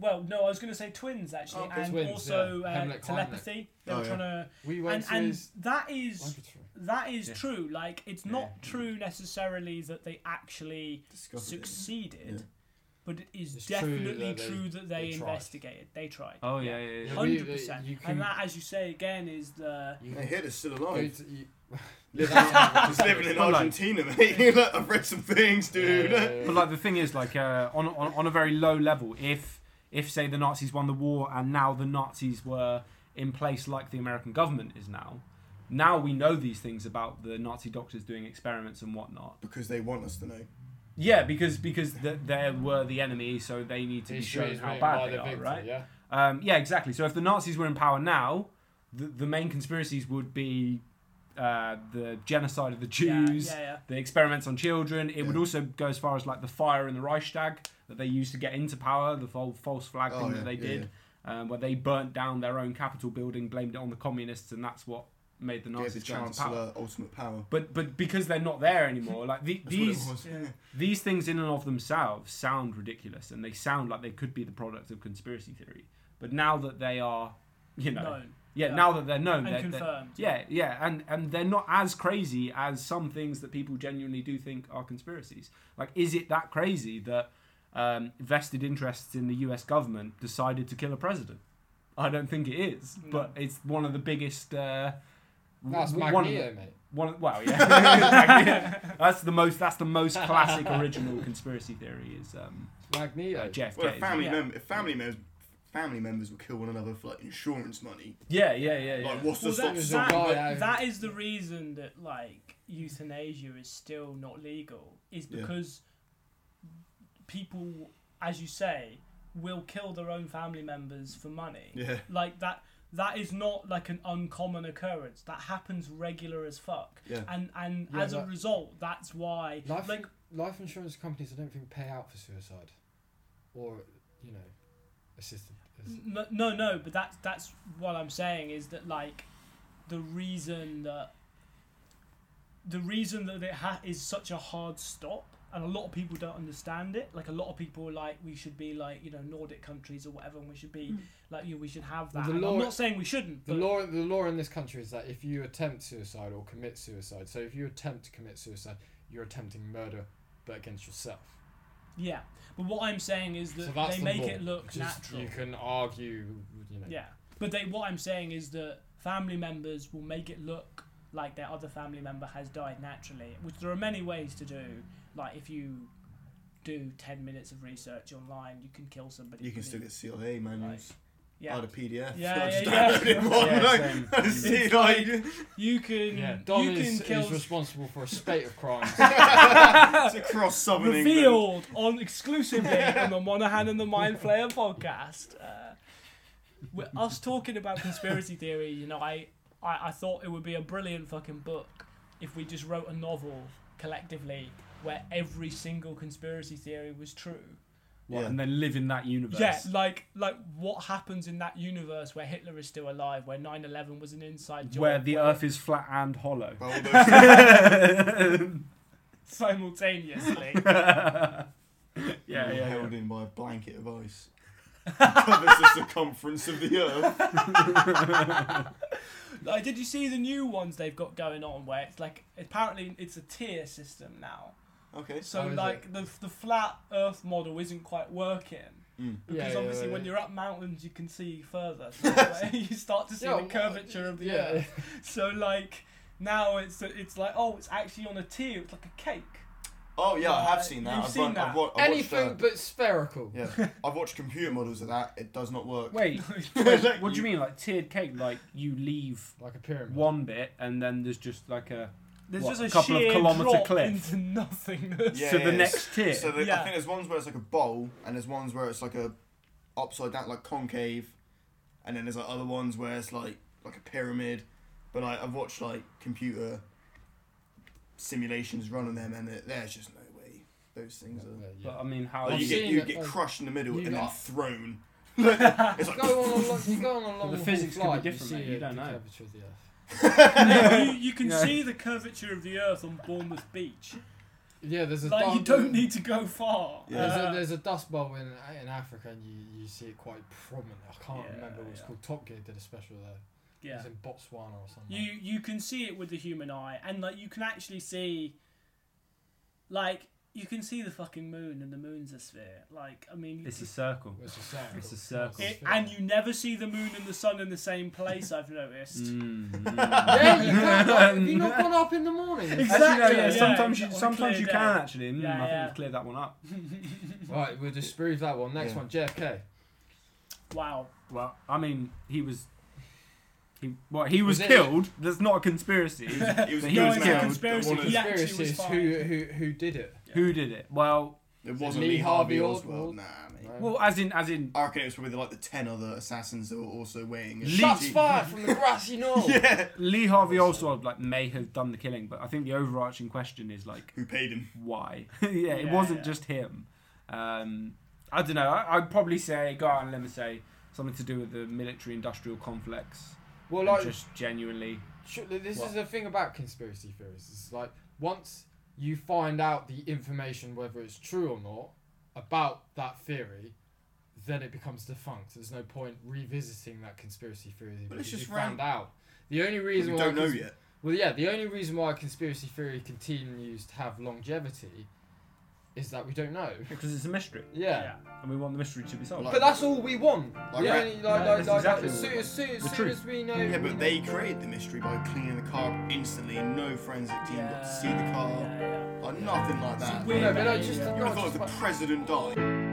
[SPEAKER 1] well, no, I was going to say twins actually,
[SPEAKER 5] Okay.
[SPEAKER 1] and
[SPEAKER 5] Twins,
[SPEAKER 1] also
[SPEAKER 5] yeah.
[SPEAKER 1] uh,
[SPEAKER 5] Heimlich,
[SPEAKER 1] telepathy. They
[SPEAKER 4] Oh,
[SPEAKER 1] were
[SPEAKER 4] yeah.
[SPEAKER 1] trying to,
[SPEAKER 5] we
[SPEAKER 1] and,
[SPEAKER 5] went to
[SPEAKER 1] and
[SPEAKER 5] his
[SPEAKER 1] that is
[SPEAKER 2] *laughs*
[SPEAKER 5] laboratory.
[SPEAKER 1] that is
[SPEAKER 2] Yeah.
[SPEAKER 1] true. Like, it's
[SPEAKER 5] Yeah.
[SPEAKER 1] not true necessarily that they actually
[SPEAKER 4] Discovered. it.
[SPEAKER 1] succeeded,
[SPEAKER 4] Yeah.
[SPEAKER 1] but it is
[SPEAKER 5] It's true
[SPEAKER 1] definitely
[SPEAKER 5] that they-
[SPEAKER 1] true that they,
[SPEAKER 5] they tried.
[SPEAKER 1] investigated. They tried.
[SPEAKER 2] Oh yeah, yeah, yeah.
[SPEAKER 5] Yeah, we-
[SPEAKER 1] hundred percent.
[SPEAKER 5] you can-
[SPEAKER 1] And that, as you say again, is the
[SPEAKER 5] You
[SPEAKER 4] Hey, Hitler's still
[SPEAKER 5] go
[SPEAKER 4] alive.
[SPEAKER 5] to- you- *laughs*
[SPEAKER 4] Living,
[SPEAKER 5] Yeah.
[SPEAKER 4] he's living in
[SPEAKER 2] But like-
[SPEAKER 4] Argentina, mate. *laughs* Look, I've read some things, dude.
[SPEAKER 5] Yeah, yeah, yeah,
[SPEAKER 2] But like the thing is, like uh, on, on on a very low level, if if say the Nazis won the war and now the Nazis were in place like the American government is now, now we know these things about the Nazi doctors doing experiments and whatnot.
[SPEAKER 4] Because they want us to know.
[SPEAKER 2] Yeah, because because th- they were the enemy, so they need to be
[SPEAKER 5] history
[SPEAKER 2] shown
[SPEAKER 5] is
[SPEAKER 2] how
[SPEAKER 5] written
[SPEAKER 2] bad
[SPEAKER 5] by
[SPEAKER 2] they
[SPEAKER 5] the
[SPEAKER 2] are,
[SPEAKER 5] victor,
[SPEAKER 2] right?
[SPEAKER 5] Yeah.
[SPEAKER 2] Um, yeah, exactly. So if the Nazis were in power now, the, the main conspiracies would be uh, the genocide of the
[SPEAKER 1] yeah,
[SPEAKER 2] Jews,
[SPEAKER 1] yeah, yeah.
[SPEAKER 2] the experiments on children. It would
[SPEAKER 4] Yeah.
[SPEAKER 2] also go as far as like the fire in the Reichstag that they used to get into power, the whole false flag
[SPEAKER 4] Oh,
[SPEAKER 2] thing
[SPEAKER 4] yeah,
[SPEAKER 2] that they
[SPEAKER 4] yeah,
[SPEAKER 2] did, Um, where they burnt down their own capital building, blamed it on the communists, and that's what made the
[SPEAKER 4] Gave the
[SPEAKER 2] Nazis go into power.
[SPEAKER 4] Chancellor ultimate power.
[SPEAKER 2] But but because they're not there anymore, like the,
[SPEAKER 4] That's what it
[SPEAKER 2] these
[SPEAKER 4] was.
[SPEAKER 1] Yeah.
[SPEAKER 2] these things in and of themselves sound ridiculous and they sound like they could be the product of conspiracy theory but now that they are you know
[SPEAKER 1] known
[SPEAKER 2] yeah,
[SPEAKER 1] yeah.
[SPEAKER 2] now that they're known
[SPEAKER 1] and
[SPEAKER 2] they're, they're-
[SPEAKER 1] confirmed.
[SPEAKER 2] yeah yeah and and they're not as crazy as some things that people genuinely do think are conspiracies like is it that crazy that um, vested interests in the us government decided to kill a president i don't think it is
[SPEAKER 1] No.
[SPEAKER 2] but it's one of the biggest uh,
[SPEAKER 5] That's
[SPEAKER 2] w- one of the-
[SPEAKER 5] Magneto, mate.
[SPEAKER 2] one, well, *laughs* yeah, that's the most. That's the most classic original conspiracy theory is um, uh,
[SPEAKER 5] Magneto.
[SPEAKER 2] JFK.
[SPEAKER 4] *laughs* Well, if family
[SPEAKER 1] Yeah.
[SPEAKER 4] mem- if family members, family members will kill one another for like insurance money.
[SPEAKER 2] yeah, yeah, yeah, yeah.
[SPEAKER 4] Like, what's
[SPEAKER 1] Well,
[SPEAKER 4] the
[SPEAKER 1] that,
[SPEAKER 4] stop?
[SPEAKER 1] that-
[SPEAKER 5] that's- a guy out-
[SPEAKER 1] that is the reason that like euthanasia is still not legal is
[SPEAKER 4] Yeah.
[SPEAKER 1] because people, as you say, will kill their own family members for money.
[SPEAKER 4] Yeah.
[SPEAKER 1] Like that. That is not like an uncommon occurrence. That happens regular as fuck.
[SPEAKER 4] Yeah.
[SPEAKER 1] And and
[SPEAKER 5] Yeah,
[SPEAKER 1] as a
[SPEAKER 5] that-
[SPEAKER 1] result, that's why
[SPEAKER 5] Life,
[SPEAKER 1] like
[SPEAKER 5] life insurance companies, I don't think pay out for suicide, or you know, assisted. ass-
[SPEAKER 1] No, no, no, but that's that's what I'm saying is that like the reason that the reason that it ha- is such a hard stop, and a lot of people don't understand it. Like a lot of people are like we should be like you know Nordic countries or whatever, and we should be like you know, we should have
[SPEAKER 5] Well,
[SPEAKER 1] that.
[SPEAKER 5] the
[SPEAKER 1] And I'm
[SPEAKER 5] law-
[SPEAKER 1] not saying we shouldn't.
[SPEAKER 5] The
[SPEAKER 1] but-
[SPEAKER 5] law, the law in this country is that if you attempt suicide or commit suicide, so if you attempt to commit suicide, you're attempting murder, but against yourself.
[SPEAKER 1] yeah, but what I'm saying is that
[SPEAKER 5] so that's
[SPEAKER 1] they
[SPEAKER 5] the
[SPEAKER 1] make
[SPEAKER 5] law,
[SPEAKER 1] it look
[SPEAKER 5] which is-
[SPEAKER 1] natural.
[SPEAKER 5] You can argue, you know.
[SPEAKER 1] Yeah, but they what I'm saying is that family members will make it look like their other family member has died naturally, which there are many ways to do. Like if you do ten minutes of research online, you can kill somebody.
[SPEAKER 4] You can still get CIA manuals.
[SPEAKER 1] yeah.
[SPEAKER 4] Out of PDF.
[SPEAKER 1] Yeah,
[SPEAKER 4] I just
[SPEAKER 1] yeah, yeah.
[SPEAKER 4] downloaded one.
[SPEAKER 2] Yeah,
[SPEAKER 4] like,
[SPEAKER 2] same.
[SPEAKER 4] *laughs* I see,
[SPEAKER 1] It's
[SPEAKER 4] like,
[SPEAKER 1] You can.
[SPEAKER 5] Yeah, Dom
[SPEAKER 1] you
[SPEAKER 5] is,
[SPEAKER 1] can kill.
[SPEAKER 5] is responsible for a spate
[SPEAKER 1] *laughs*
[SPEAKER 5] of crimes.
[SPEAKER 4] it's a cross summoning.
[SPEAKER 1] revealed on exclusively on the Monahan and the Mind Flayer podcast. Uh, with us talking about conspiracy theory, you know, I, I I thought it would be a brilliant fucking book if we just wrote a novel collectively where every single conspiracy theory was true.
[SPEAKER 2] What,
[SPEAKER 4] Yeah.
[SPEAKER 2] And they live in that universe.
[SPEAKER 1] Yeah, like like what happens in that universe where Hitler is still alive, where 9/11 was an inside job,
[SPEAKER 2] where the Earth is flat and hollow.
[SPEAKER 4] But all those-
[SPEAKER 2] *laughs*
[SPEAKER 1] simultaneously.
[SPEAKER 2] yeah, yeah, yeah.
[SPEAKER 4] held in by a blanket of ice. covers the circumference of the earth.
[SPEAKER 1] Like, did you see the new ones they've got going on where it's like apparently it's a tier system now.
[SPEAKER 4] Okay.
[SPEAKER 1] So
[SPEAKER 5] Oh, is
[SPEAKER 1] like
[SPEAKER 5] it?
[SPEAKER 1] the the flat Earth model isn't quite working
[SPEAKER 4] Mm.
[SPEAKER 1] because
[SPEAKER 5] yeah,
[SPEAKER 1] obviously
[SPEAKER 5] yeah.
[SPEAKER 1] when you're up mountains you can see
[SPEAKER 5] *laughs*
[SPEAKER 1] further. So like, *laughs* you start to see
[SPEAKER 5] Yeah,
[SPEAKER 1] the
[SPEAKER 5] well,
[SPEAKER 1] curvature of the
[SPEAKER 5] yeah.
[SPEAKER 1] Earth. So like now it's it's like oh it's actually on a tier. It's like a cake. *laughs*
[SPEAKER 4] Oh yeah, I have
[SPEAKER 1] Uh,
[SPEAKER 4] seen that.
[SPEAKER 1] you've
[SPEAKER 4] I've,
[SPEAKER 1] seen
[SPEAKER 4] run,
[SPEAKER 1] that.
[SPEAKER 4] I've, wa- I've watched.
[SPEAKER 5] Anything
[SPEAKER 4] uh,
[SPEAKER 5] but spherical.
[SPEAKER 2] *laughs*
[SPEAKER 4] yeah, I've watched computer models of that. It does not work. *laughs*
[SPEAKER 2] Wait,
[SPEAKER 4] Like,
[SPEAKER 2] what do you
[SPEAKER 4] *laughs*
[SPEAKER 2] mean? Like tiered cake? Like you leave
[SPEAKER 5] Like a pyramid.
[SPEAKER 2] one bit and then there's just like a
[SPEAKER 1] There's
[SPEAKER 2] What,
[SPEAKER 1] just
[SPEAKER 2] a
[SPEAKER 1] a,
[SPEAKER 2] couple of
[SPEAKER 1] sheer
[SPEAKER 2] kilometre
[SPEAKER 1] drop
[SPEAKER 2] cliff?
[SPEAKER 1] into nothingness.
[SPEAKER 5] *laughs*
[SPEAKER 4] Yeah,
[SPEAKER 2] to the
[SPEAKER 4] yeah,
[SPEAKER 2] next tier.
[SPEAKER 4] So the, I
[SPEAKER 1] Yeah.
[SPEAKER 4] think there's ones where it's like a bowl, and there's ones where it's like a upside down, like concave, and then there's like other ones where it's like like a pyramid. But like, I've watched like computer simulations run on them, and there- there's just no way those things are.
[SPEAKER 5] Uh, yeah.
[SPEAKER 2] But I mean, how?
[SPEAKER 4] Like,
[SPEAKER 5] I've
[SPEAKER 4] Oh, you get
[SPEAKER 5] seen
[SPEAKER 4] you
[SPEAKER 5] it,
[SPEAKER 4] get
[SPEAKER 5] like,
[SPEAKER 4] crushed in the middle
[SPEAKER 5] you
[SPEAKER 4] and then
[SPEAKER 5] got- *laughs*
[SPEAKER 4] thrown. it's like
[SPEAKER 5] Go on a lo- you go on a long
[SPEAKER 2] the
[SPEAKER 5] haul
[SPEAKER 2] physics could be
[SPEAKER 5] flight,
[SPEAKER 2] different,
[SPEAKER 5] You,
[SPEAKER 2] mate,
[SPEAKER 5] see
[SPEAKER 2] you
[SPEAKER 5] a-
[SPEAKER 2] don't
[SPEAKER 5] the
[SPEAKER 2] know.
[SPEAKER 5] curvature of the Earth.
[SPEAKER 1] No, *laughs* you, you can
[SPEAKER 2] No.
[SPEAKER 1] see the curvature of the Earth on Bournemouth Beach.
[SPEAKER 5] Yeah, there's a
[SPEAKER 1] Like you
[SPEAKER 5] dark-
[SPEAKER 1] don't need to go far.
[SPEAKER 4] Yeah.
[SPEAKER 5] There's,
[SPEAKER 1] Uh,
[SPEAKER 5] a, there's a dust bowl in, in Africa, and you, you see it quite prominent. I can't
[SPEAKER 1] Yeah,
[SPEAKER 5] remember what it's
[SPEAKER 1] yeah.
[SPEAKER 5] called. Top Gear did a special there.
[SPEAKER 1] yeah.
[SPEAKER 5] It's in Botswana or something.
[SPEAKER 1] You you can see it with the human eye, and like you can actually see, like you can see the fucking moon, and the moon's a sphere. Like I mean, you
[SPEAKER 2] It's a
[SPEAKER 1] can-
[SPEAKER 2] circle.
[SPEAKER 5] It's a circle.
[SPEAKER 2] It's a circle.
[SPEAKER 1] it, and you never see the moon and the sun in the same place. I've noticed.
[SPEAKER 2] Mm,
[SPEAKER 5] *laughs* Yeah,
[SPEAKER 2] *laughs*
[SPEAKER 5] you can't. Like, have you not gone up in the morning?
[SPEAKER 1] Exactly,
[SPEAKER 2] Actually, no, yeah,
[SPEAKER 1] yeah,
[SPEAKER 2] sometimes you
[SPEAKER 1] on a
[SPEAKER 2] sometimes
[SPEAKER 1] clear
[SPEAKER 2] you
[SPEAKER 1] day.
[SPEAKER 2] can actually. Mm,
[SPEAKER 1] Yeah,
[SPEAKER 2] I think
[SPEAKER 1] yeah.
[SPEAKER 2] we've cleared that one up.
[SPEAKER 5] Right, we'll disprove that one. Next
[SPEAKER 4] Yeah.
[SPEAKER 5] one, JFK.
[SPEAKER 1] wow.
[SPEAKER 2] Well, I mean, he was. He, well, he was,
[SPEAKER 5] Was it-
[SPEAKER 2] killed. There's not a conspiracy.
[SPEAKER 5] *laughs*
[SPEAKER 2] It was-
[SPEAKER 4] *laughs* it was
[SPEAKER 2] But
[SPEAKER 4] a
[SPEAKER 2] he was
[SPEAKER 4] good man,
[SPEAKER 1] it's a
[SPEAKER 2] killed.
[SPEAKER 4] but
[SPEAKER 1] conspiracy.
[SPEAKER 4] one of-
[SPEAKER 1] He actually
[SPEAKER 5] Conspiracy
[SPEAKER 1] was
[SPEAKER 5] is
[SPEAKER 1] fine.
[SPEAKER 5] who, who, who did it?
[SPEAKER 2] Who did it? Well,
[SPEAKER 4] It wasn't
[SPEAKER 5] Lee
[SPEAKER 4] Lee Harvey
[SPEAKER 5] Harvey
[SPEAKER 4] Oswald.
[SPEAKER 5] Oswald?
[SPEAKER 4] Nah, mate.
[SPEAKER 5] No.
[SPEAKER 2] well, as in, as in,
[SPEAKER 4] I reckon it was probably like the ten other assassins that were also weighing. in.
[SPEAKER 5] Shots
[SPEAKER 2] Lee-
[SPEAKER 5] fired from the grassy knoll.
[SPEAKER 4] yeah.
[SPEAKER 2] Lee Harvey Oswald like may have done the killing, but I think the overarching question is like,
[SPEAKER 4] Who paid him?
[SPEAKER 2] why? *laughs* yeah, it
[SPEAKER 1] Yeah,
[SPEAKER 2] wasn't
[SPEAKER 1] yeah.
[SPEAKER 2] just him. Um, I don't know. I, I'd probably say, go out and let me say something to do with the military-industrial complex.
[SPEAKER 5] Well,
[SPEAKER 2] and
[SPEAKER 5] like,
[SPEAKER 2] just genuinely,
[SPEAKER 5] sh- this is
[SPEAKER 2] What?
[SPEAKER 5] the thing about conspiracy theories. It's like once you find out the information, whether it's true or not, about that theory, then it becomes defunct. There's no point revisiting that conspiracy theory
[SPEAKER 4] But it's
[SPEAKER 5] because
[SPEAKER 4] just
[SPEAKER 5] you found out. The only
[SPEAKER 4] We
[SPEAKER 5] reason why
[SPEAKER 4] don't know
[SPEAKER 5] cons-
[SPEAKER 4] yet.
[SPEAKER 5] Well, yeah, the only reason why conspiracy theory continues to have longevity is that we don't know.
[SPEAKER 2] because it's a mystery,
[SPEAKER 5] Yeah.
[SPEAKER 2] and we want the mystery to be solved.
[SPEAKER 4] Like-
[SPEAKER 5] But that's all we want.
[SPEAKER 4] Like
[SPEAKER 5] The
[SPEAKER 4] that.
[SPEAKER 5] only- like,
[SPEAKER 2] Yeah,
[SPEAKER 5] like,
[SPEAKER 2] that's
[SPEAKER 5] like,
[SPEAKER 2] exactly
[SPEAKER 5] as
[SPEAKER 2] what
[SPEAKER 5] soon,
[SPEAKER 2] we
[SPEAKER 5] as, soon, as,
[SPEAKER 2] The
[SPEAKER 5] soon
[SPEAKER 2] truth.
[SPEAKER 5] as we know.
[SPEAKER 4] Yeah, but they created the mystery by cleaning the car up instantly, and no forensic team got to see the car
[SPEAKER 1] Yeah, yeah.
[SPEAKER 4] or nothing like
[SPEAKER 1] It's a
[SPEAKER 4] that.
[SPEAKER 1] weird
[SPEAKER 5] No, but I
[SPEAKER 1] idea.
[SPEAKER 5] just-
[SPEAKER 4] You would have thought if the president died.